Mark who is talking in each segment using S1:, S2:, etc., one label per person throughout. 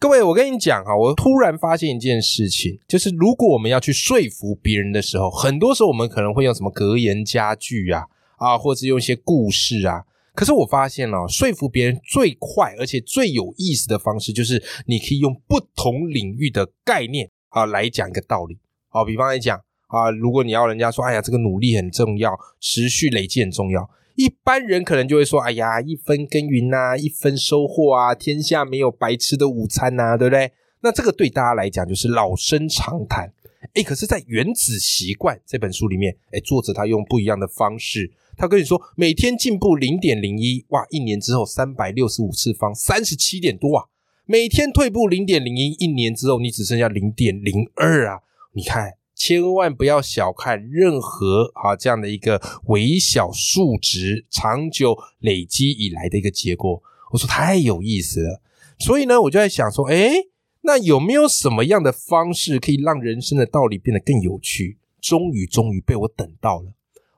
S1: 各位，我跟你讲啊，我突然发现一件事情，就是如果我们要去说服别人的时候，很多时候我们可能会用什么格言佳句啊，啊，或是用一些故事啊。可是我发现了、说服别人最快而且最有意思的方式，就是你可以用不同领域的概念啊来讲一个道理。好，比方来讲啊，如果你要人家说，哎呀，这个努力很重要，持续累积很重要。一般人可能就会说，哎呀，一分耕耘呐、一分收获啊，天下没有白吃的午餐呐、对不对？那这个对大家来讲就是老生常谈。哎，可是，在《原子习惯》这本书里面，哎，作者他用不一样的方式，他跟你说，每天进步零点零一，哇，一年之后三百六十五次方，三十七点多啊，每天退步零点零一，一年之后你只剩下零点零二啊！你看，千万不要小看任何啊这样的一个微小数值长久累积以来的一个结果。我说太有意思了，所以呢，我就在想说，诶，那有没有什么样的方式可以让人生的道理变得更有趣？终于，终于被我等到了。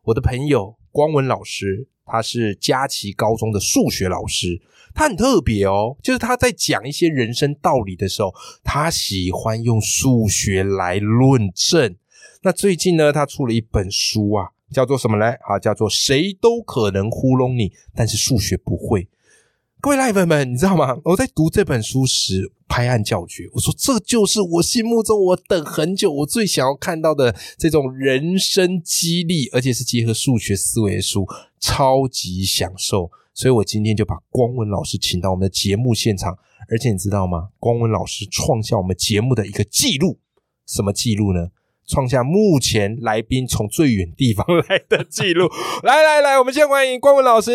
S1: 我的朋友光文老师，他是佳琪高中的数学老师，他很特别哦，就是他在讲一些人生道理的时候，他喜欢用数学来论证。那最近呢，他出了一本书啊，叫做什么呢？啊，叫做《谁都可能糊弄你，但是数学不会》。各位赖粉们，你知道吗？我在读这本书时拍案叫绝，我说这就是我心目中我等很久、我最想要看到的这种人生激励，而且是结合数学思维的书，超级享受。所以我今天就把光文老师请到我们的节目现场，而且你知道吗？光文老师创下我们节目的一个记录，什么记录呢？创下目前来宾从最远地方来的记 录。来来来，我们先欢迎光文老师。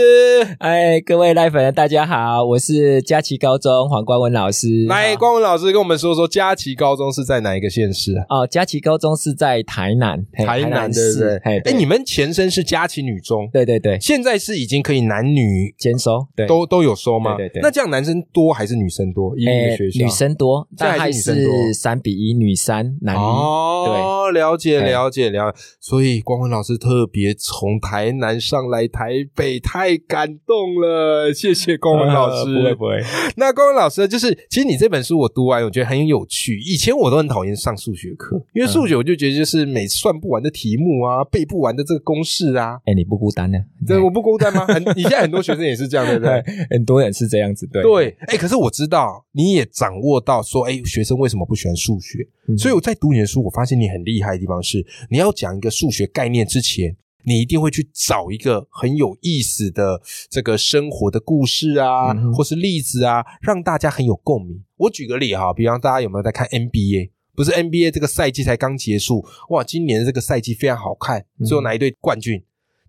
S2: 哎，各位赖粉大家好，我是佳琪高中黄冠文老师。
S1: 来，光文老师跟我们说说佳琪高中是在哪一个县市啊？
S2: 哦，佳琪高中是在台南，嘿
S1: 台南对不对
S2: 市？嘿
S1: 哎，
S2: 对
S1: 你们前身是佳琪女中，
S2: 对对对，
S1: 现在是已经可以男女
S2: 兼收对。
S1: 都都有收吗？
S2: 对对对
S1: 那这样男生多还是女生多？以你的
S2: 哎
S1: 学校，
S2: 女生多，
S1: 现在
S2: 大
S1: 还
S2: 概
S1: 是女生多
S2: 是三比一，女三男一。
S1: 哦，了解
S2: 哎
S1: 了解了解。所以光文老师特别从台南上来台北，太感动了，谢谢光文老师。
S2: 呃不会不会，
S1: 那光文老师就是，其实你这本书我读完，我觉得很有趣。以前我都很讨厌上数学课，因为数学我就觉得就是每算不完的题目啊，背不完的这个公式啊。
S2: 哎，你不孤单呢？
S1: 对，我不孤单吗？很， 你现在很多学生也是这样，对不对？
S2: 对，很多人是这样子， 对
S1: 对，哎、可是我知道你也掌握到说，哎、学生为什么不喜欢数学？
S2: 嗯
S1: 所以我在读你的书，我发现你很厉害的地方是，你要讲一个数学概念之前，你一定会去找一个很有意思的这个生活的故事啊，
S2: 嗯哼
S1: 或是例子啊，让大家很有共鸣。我举个例哈，比方大家有没有在看 NBA？不是 NBA 这个赛季才刚结束，哇，今年这个赛季非常好看，
S2: 嗯
S1: 最后哪一队冠军？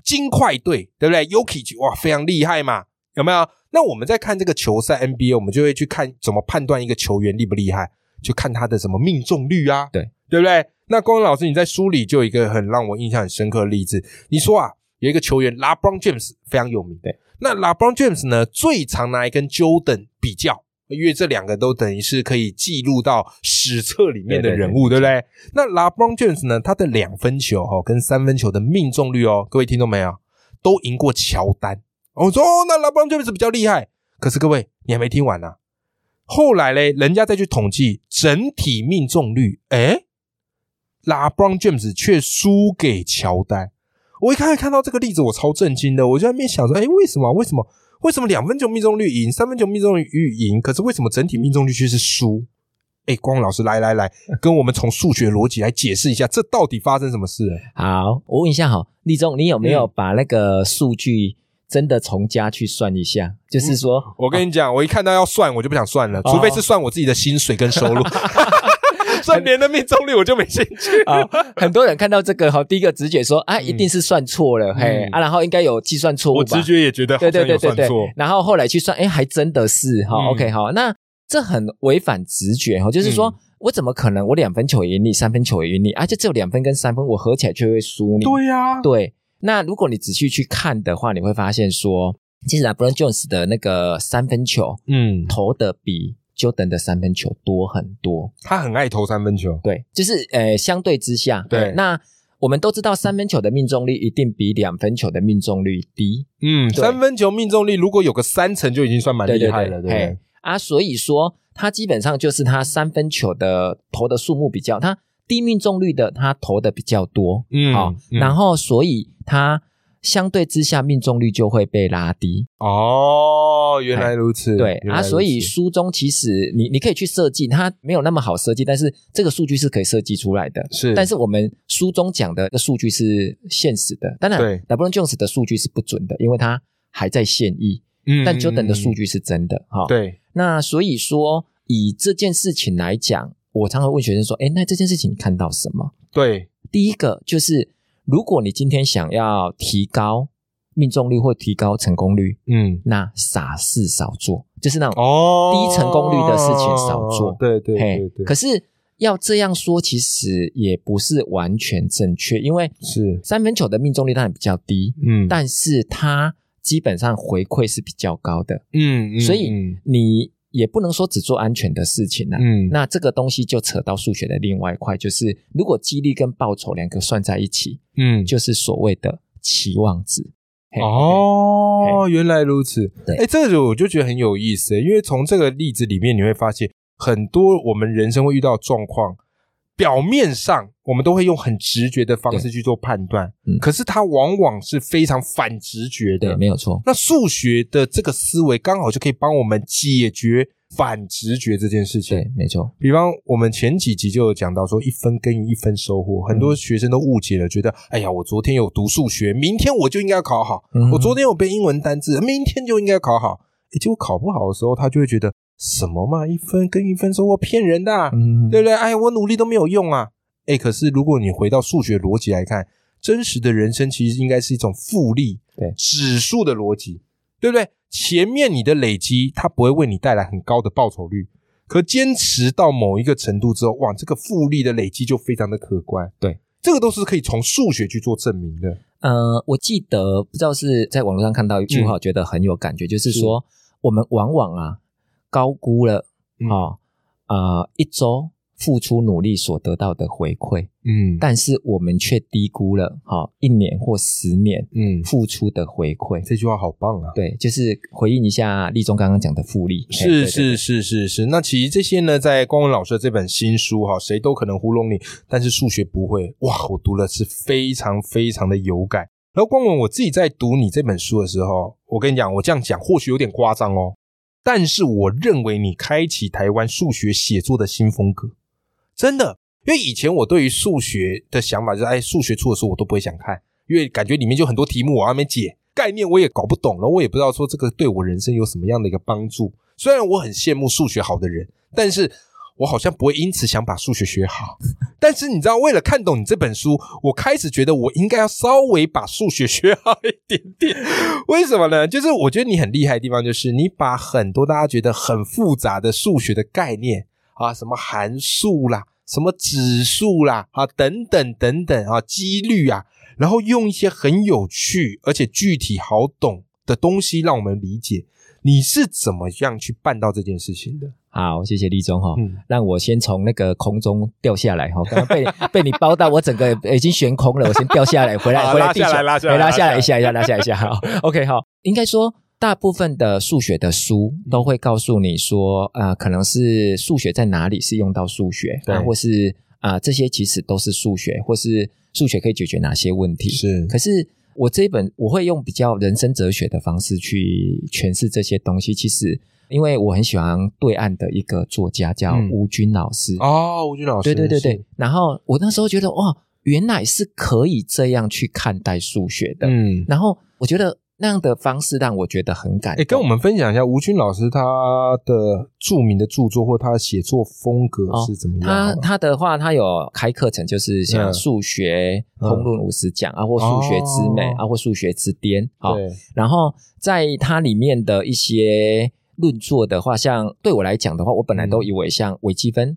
S1: 金块队，对不对 y o k i 哇，非常厉害嘛，有没有？那我们在看这个球赛 NBA，我们就会去看怎么判断一个球员厉不厉害，就看他的什么命中率啊，
S2: 对
S1: 对不对？那光老师，你在书里就有一个很让我印象很深刻的例子，你说啊，有一个球员 LeBron James 非常有名，
S2: 对，
S1: 那 LeBron James 呢，最常拿来跟 Jordan 比较。因为这两个都等于是可以记录到史册里面的人物，对不对？那 LeBron James 呢，他的两分球哦跟三分球的命中率哦，各位听懂没有？都赢过乔丹。哦我说哦，那 LeBron James 比较厉害，可是各位你还没听完呢、啊后来嘞，人家再去统计整体命中率，诶 l e b r o n James 却输给乔丹。我一开始看到这个例子，我超震惊的，我就在那边想说，诶，为什么啊？为什么？为什么两分球命中率赢，三分球命中率赢，可是为什么整体命中率却是输？诶，光老师，来来来，跟我们从数学逻辑来解释一下，这到底发生什么事了？
S2: 好，我问一下哈，立中，你有没
S1: 嗯
S2: 有把那个数据真的从家去算一下？就是
S1: 嗯
S2: 说，
S1: 我跟你讲，我一看到要算，我就不想算了，
S2: 哦
S1: 除非是算我自己的薪水跟收入。 算别人的命中率，我就没兴趣。
S2: 啊、很多人看到这个哈，第一个直觉说啊，一定是算错了，嘿
S1: 嗯
S2: 啊，然后应该有计算错误吧？
S1: 觉也觉得
S2: 对对对对对，然后后来去算，哎，还真的是哈、
S1: 嗯
S2: o k 好，那这很违反直觉哈，就是说。
S1: 嗯
S2: 我怎么可能？我两分球也赢你，三分球也赢你，而、啊、且只有两分跟三分，我合起来却会输你。
S1: 对啊呀、
S2: 对那如果你仔细去看的话，你会发现说，其实 LeBron Jones 的那个三分球
S1: 嗯，
S2: 投的比 Jordan 的三分球多很多。
S1: 他很爱投三分球，
S2: 对，就是呃，相对之下，
S1: 对
S2: 那我们都知道三分球的命中率一定比两分球的命中率低，
S1: 嗯，
S2: 对
S1: 三分球命中率如果有个三成就已经算蛮
S2: 对
S1: 厉
S2: 对
S1: 害
S2: 对
S1: 了，对不
S2: 嘿
S1: 对？
S2: 啊，所以说他基本上就是他三分球的投的数目比较，他低命中率的他投的比较多，
S1: 嗯
S2: 好、
S1: 嗯
S2: 然后所以他相对之下命中率就会被拉低，
S1: 哦，原来如此，
S2: 对
S1: 原来
S2: 啊，
S1: 如此
S2: 所以书中其实你你可以去设计，它没有那么好设计，但是这个数据是可以设计出来的，
S1: 是，
S2: 但是我们书中讲的那数据是现实的，当然
S1: 对
S2: LeBron Jones 的数据是不准的，因为他还在现役，
S1: 嗯
S2: 但 Jordan 的数，
S1: 嗯
S2: 据是真的哈。
S1: 嗯，对，
S2: 那所以说以这件事情来讲，我常常问学生说，哎，那这件事情你看到什么？
S1: 对，
S2: 第一个就是，如果你今天想要提高命中率或提高成功率，
S1: 嗯，
S2: 那傻事少做，就是那种
S1: 哦，
S2: 低成功率的事情少做
S1: 对对
S2: 嘿
S1: 对对，
S2: 可是要这样说，其实也不是完全正确，因为
S1: 是，
S2: 三分球的命中率当然比较低，
S1: 嗯，
S2: 但是它基本上回馈是比较高的，
S1: 嗯，嗯
S2: 所以
S1: 嗯
S2: 你也不能说只做安全的事情啊。
S1: 嗯，
S2: 那这个东西就扯到数学的另外一块，就是如果激励跟报酬两个算在一起，
S1: 嗯
S2: 就是所谓的期望值。嘿，
S1: 哦，原来如此。
S2: 对
S1: 哎，这个我就觉得很有意思，因为从这个例子里面你会发现，很多我们人生会遇到的状况，表面上我们都会用很直觉的方式去做判断，
S2: 嗯
S1: 可是它往往是非常反直觉
S2: 对，
S1: 的
S2: 没。有错。
S1: 那数学的这个思维刚好就可以帮我们解决反直觉这件事情。
S2: 对，没错，
S1: 比方我们前几集就有讲到说，一分耕耘一分收获，很
S2: 嗯
S1: 多学生都误解了，觉得哎呀，我昨天有读数学，明天我就应该要考好；
S2: 嗯
S1: 我昨天有背英文单字，明天就应该考好。诶结果考不好的时候，他就会觉得什么嘛，一分耕耘一分收获，骗人的、啊，
S2: 嗯，
S1: 对不对？哎，我努力都没有用啊。哎，可是如果你回到数学逻辑来看，真实的人生其实应该是一种复利、
S2: 对
S1: 指数的逻辑，对不对？前面你的累积，它不会为你带来很高的报酬率，可坚持到某一个程度之后，哇，这个复利的累积就非常的可观。
S2: 对，
S1: 这个都是可以从数学去做证明的。
S2: 呃，我记得不知道是在网络上看到一句话，
S1: 嗯
S2: 我觉得很有感觉，就是说我们往往啊高估了
S1: 嗯
S2: 哦，呃一周付出努力所得到的回馈，
S1: 嗯，
S2: 但是我们却低估了哦一年或十年
S1: 嗯，
S2: 付出的回馈。
S1: 这句话好棒啊！
S2: 对，就是回应一下立中刚刚讲的复利，哎嘿
S1: 是，是是是是，那其实这些呢，在光文老师的这本新书哈，谁都可能糊弄你，但是数学不会哇！我读了是非常非常的有感。然后光文我自己在读你这本书的时候，我跟你讲，我这样讲或许有点夸张哦，但是我认为你开启台湾数学写作的新风格，真的，因为以前我对于数学的想法就是，哎，数学出的书我都不会想看，因为感觉里面就很多题目我还没解，概念我也搞不懂了，我也不知道说这个对我人生有什么样的一个帮助。虽然我很羡慕数学好的人，但是我好像不会因此想把数学学好。但是你知道，为了看懂你这本书，我开始觉得我应该要稍微把数学学好一点点。为什么呢？就是我觉得你很厉害的地方，就是你把很多大家觉得很复杂的数学的概念啊，什么函数啦，什么指数啦，啊等等等等啊，几率啊，然后用一些很有趣而且具体好懂的东西让我们理解。你是怎么样去办到这件事情的？
S2: 好，谢谢立中哦哈、
S1: 嗯，
S2: 让我先从那个空中掉下来哈、刚刚被 被你包到，我整个已经悬空了，我先掉下来，回
S1: 好
S2: 来回
S1: 拉
S2: 来地
S1: 下
S2: 球，
S1: 来拉下来
S2: 哎
S1: 拉
S2: 拉
S1: 下
S2: 下
S1: 来
S2: 来一下一 下拉下来一下，好，OK 好，应该说。大部分的数学的书都会告诉你说，啊，可能是数学在哪里是用到数学，
S1: 对
S2: 啊，或是啊、这些其实都是数学，或是数学可以解决哪些问题。
S1: 是
S2: 可是我这一本我会用比较人生哲学的方式去诠释这些东西。其实，因为我很喜欢对岸的一个作家叫
S1: 嗯
S2: 吴军老师，
S1: 哦，吴军老师，
S2: 对对对
S1: 是
S2: 对。，然后我那时候觉得哇，原来是可以这样去看待数学的。
S1: 嗯，
S2: 然后我觉得那样的方式让我觉得很感
S1: 哎，跟我
S2: 动。
S1: 们分享一下吴军老师他的著名的著作或他的写作风格
S2: 哦
S1: 是怎么样
S2: 他
S1: 好吗？
S2: 他的话，他有开课程，就是
S1: 嗯
S2: 像数学
S1: 嗯
S2: 通论五十讲啊，或数学之美
S1: 哦
S2: 啊，或数学之巅，好，
S1: 对，
S2: 然后在它里面的
S1: 嗯
S2: 一些论作的话，像对我来讲的话，我本来都以为像微积分、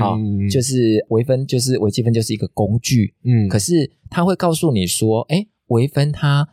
S2: 好就是微分，就是微积分，就是一个工具。
S1: 嗯
S2: 可是它会告诉你说，哎，微分它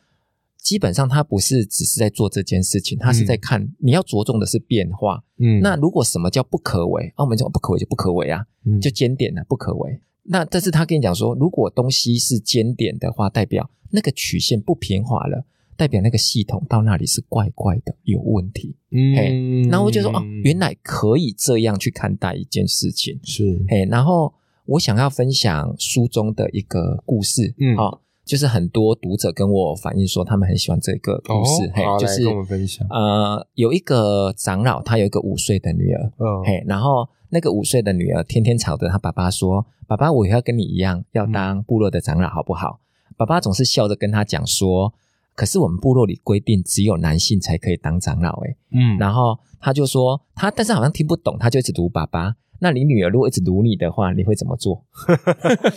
S2: 基本上它不是只是在做这件事情，它是在看、你要着重的是变化。
S1: 嗯
S2: 那如果什么叫不可为，啊，我们讲不可为就不可为啊，
S1: 嗯
S2: 就尖点啊，不可为。那但是他跟你讲说，如果东西是尖点的话，代表那个曲线不平滑了，代表那个系统到那里是怪怪的，有问题。
S1: 嗯
S2: 然后我就说，哦，原
S1: 来
S2: 来可以这样去看待一件事情。
S1: 是
S2: 嘿，然后我想要分享书中的一个故事，
S1: 嗯
S2: 哦，就是很多读者跟我反映说，他们很喜欢这个故事，
S1: 哦
S2: 嘿
S1: 好，
S2: 就
S1: 来
S2: 是
S1: 跟我们分享
S2: 呃，有一个长老，他有一个五岁的女儿，
S1: 嗯
S2: 嘿，然后那个五岁的女儿天天吵着她爸爸说：“爸爸，我也要跟你一样，
S1: 嗯
S2: 要当部落的长老，好不好？”爸爸总是笑着跟她讲说：“可是我们部落里规定，只有男性才可以当长老。”诶。
S1: 嗯
S2: 然后他就说他，但是好像听不懂，他就一直读爸爸。那你女儿如果一直读你的话，你会怎么做？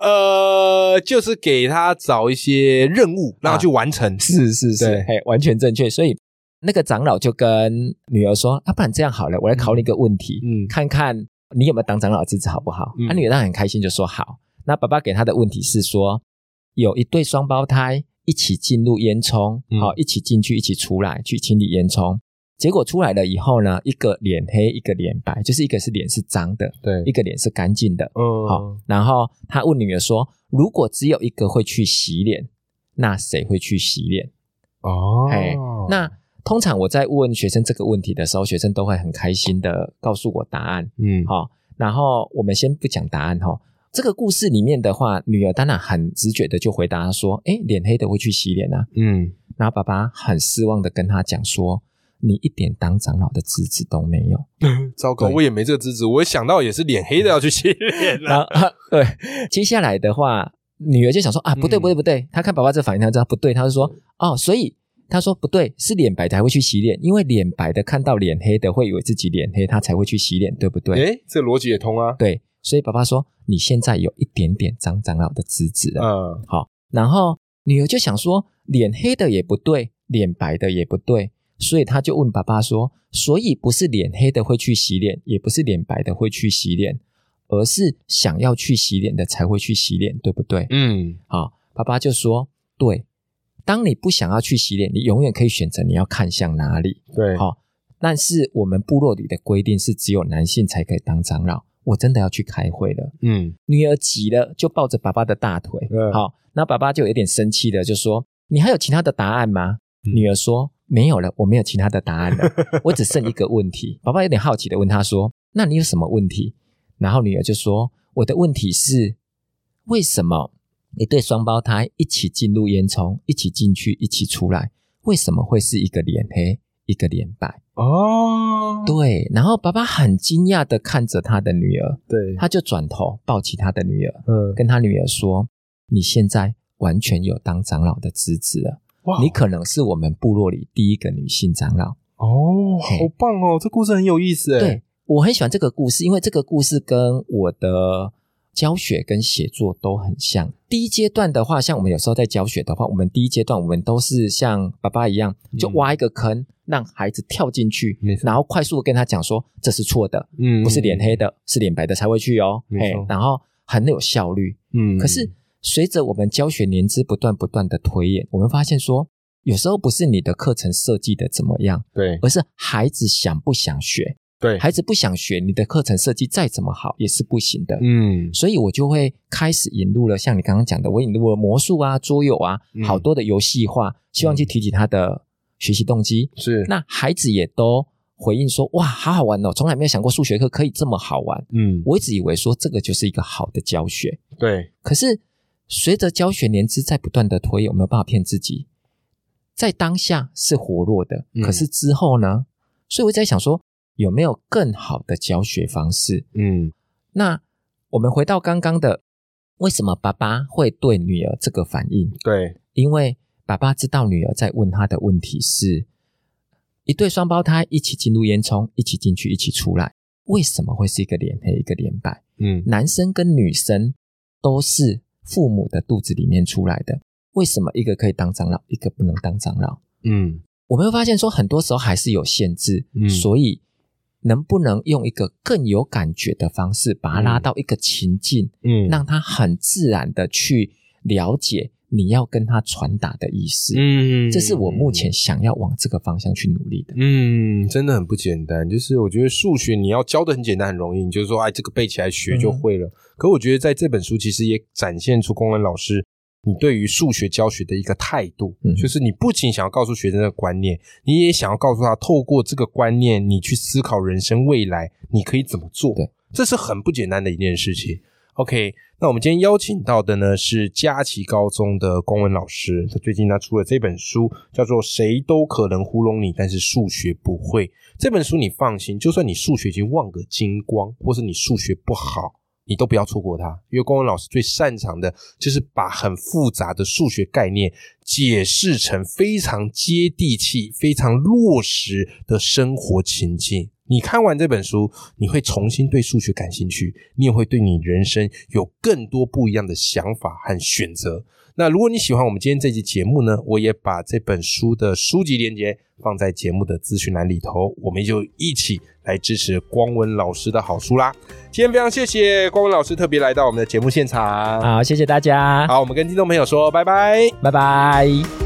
S1: 呃，就是给他找一些任务，让他去完成。
S2: 是是
S1: 对
S2: 是，嘿，完全正确。所以那个长老就跟女儿说：“啊，不然这样好了，我来考你一个问题，
S1: 嗯
S2: 看看你有没有当长老的资质，好不好？”
S1: 嗯
S2: 啊，女儿当然很开心，就说好。那爸爸给她的问题是说，有一对双胞胎一起进入烟囱，好、
S1: 嗯
S2: 一起进去，一起出来，去清理烟囱。结果出来了以后呢，一个脸黑，一个脸白，就是一个是脸是脏的，
S1: 对
S2: 一个脸是干净的。
S1: 嗯
S2: 好，然后他问女儿说：“如果只有一个会去洗脸，那谁会去洗脸？”
S1: 哦
S2: 哎那通常我在问学生这个问题的时候，学生都会很开心的告诉我答案。
S1: 嗯
S2: 好、然后我们先不讲答案哈、哦。这个故事里面的话，女儿当然很直觉的就回答说：“哎，脸黑的会去洗脸啊。
S1: 嗯”
S2: 然后爸爸很失望的跟他讲说：“你一点当长老的资质都没有。”
S1: 糟糕，
S2: 对
S1: 我也没这个资质，我想到也是脸黑的要去洗脸啊了。
S2: 然后对，接下来的话，女儿就想说啊，不对
S1: 嗯
S2: 不对不对，她看爸爸这反应，她知道不对，她就说哦，所以她说不对，是脸白才会去洗脸，因为脸白的看到脸黑的会以为自己脸黑，她才会去洗脸，对不 对？
S1: 哎，这逻辑也通啊。
S2: 对，所以爸爸说你现在有一点点张长老的资质了，
S1: 嗯
S2: 然后女儿就想说，脸黑的也不对，脸白的也不对，所以她就问爸爸说：“所以不是脸黑的会去洗脸，也不是脸白的会去洗脸，而是想要去洗脸的才会去洗脸，对不对
S1: 嗯？”
S2: 好，爸爸就说：“对，当你不想要去洗脸，你永远可以选择你要看向哪里。
S1: 对，
S2: 好，但是我们部落里的规定是只有男性才可以当长老。我真的要去开会了。”
S1: 嗯
S2: 女儿急了，就抱着爸爸的大腿。
S1: 嗯
S2: 好，那爸爸就有点生气的，就说：“你还有其他的答案吗？”
S1: 嗯
S2: 女儿说：“没有了，我没有其他的答 案了，我只剩一个问题。”爸爸有点好奇的问他说：“那你有什么问题？”然后女儿就说：“我的问题是，为什么一对双胞胎一起进入烟囱，一起进去，一起出来，为什么会是一个脸黑，一个脸白？”
S1: 哦，
S2: 对，然后爸爸很惊讶的看着他的女儿，
S1: 对，
S2: 他就转头抱起他的女儿。
S1: 嗯，
S2: 跟他女儿说：“你现在完全有当长老的资质了，
S1: 哇
S2: 你可能是我们部落里第一个女性长老。
S1: 哦，好棒哦，这故事很有意思哎。
S2: 对我很喜欢这个故事，因为这个故事跟我的教学跟写作都很像。第一阶段的话，像我们有时候在教学的话，我们第一阶段我们都是像爸爸一样，就
S1: 嗯
S2: 挖一个坑，让孩子跳进去
S1: 没，错
S2: 然后快速的跟他讲说这是错的，
S1: 嗯，嗯
S2: 不是脸黑，的，是脸白的才会去哦。
S1: 没
S2: 嘿
S1: 错，
S2: 然后很有效率。
S1: 嗯，
S2: 可是随着我们教学年资不断不断的推演，我们发现说，有时候不是你的课程设计的怎么样，
S1: 对
S2: 而是孩子想不想学。
S1: 对，
S2: 孩子不想学，你的课程设计再怎么好也是不行的。
S1: 嗯
S2: 所以我就会开始引入了，像你刚刚讲的，我引入了魔术啊、桌游啊
S1: 嗯，
S2: 好多的游戏化，希望去提起他的学习动机。
S1: 是
S2: 那孩子也都回应说：“哇，好好玩哦！从来没有想过数学课可以这么好玩。
S1: 嗯”
S2: 我一直以为说这个就是一个好的教学，
S1: 对
S2: 可是随着教学年资在不断的推，有没有办法骗自己？在当下是活络的，
S1: 嗯
S2: 可是之后呢？所以我一直在想说，有没有更好的教学方式？
S1: 嗯
S2: 那我们回到刚刚的，为什么爸爸会对女儿这个反应？
S1: 对
S2: 因为爸爸知道女儿在问他的问题是：一对双胞胎一起进入烟囱，一起进去，一起出来，为什么会是一个脸黑，一个脸白？
S1: 嗯
S2: 男生跟女生都是父母的肚子里面出来的，为什么一个可以当长老，一个不能当长老？
S1: 嗯
S2: 我们会发现说，很多时候还是有限制，
S1: 嗯
S2: 所以能不能用一个更有感觉的方式，把它拉到一个情境，
S1: 嗯
S2: 让他很自然的去了解你要跟他传达的意思。
S1: 嗯
S2: 这是我目前想要往这个方向去努力的。
S1: 嗯，真的很不简单。就是我觉得数学你要教的很简单，很容易，你就是说哎，这个背起来学
S2: 嗯
S1: 就会了。可我觉得在这本书其实也展现出公安老师你对于数学教学的一个态度，
S2: 嗯
S1: 就是你不仅想要告诉学生的观念，你也想要告诉他，透过这个观念，你去思考人生未来你可以怎么做
S2: 对。
S1: 这是很不简单的一件事情。OK，那我们今天邀请到的呢是佳琪高中的公文老师，他最近他出了这本书，叫做《谁都可能糊弄你，但是数学不会》。这本书你放心，就算你数学已经忘个精光，或是你数学不好，你都不要错过它，因为公文老师最擅长的就是把很复杂的数学概念解释成非常接地气、非常落实的生活情境。你看完这本书，你会重新对数学感兴趣，你也会对你人生有更多不一样的想法和选择。那如果你喜欢我们今天这期节目呢，我也把这本书的书籍链接放在节目的资讯栏里头，我们就一起来支持光文老师的好书啦。今天非常谢谢光文老师特别来
S2: 啊
S1: 到我们的节目现场，
S2: 好，谢谢大家，
S1: 好，我们跟听众朋友说拜拜。
S2: 拜拜。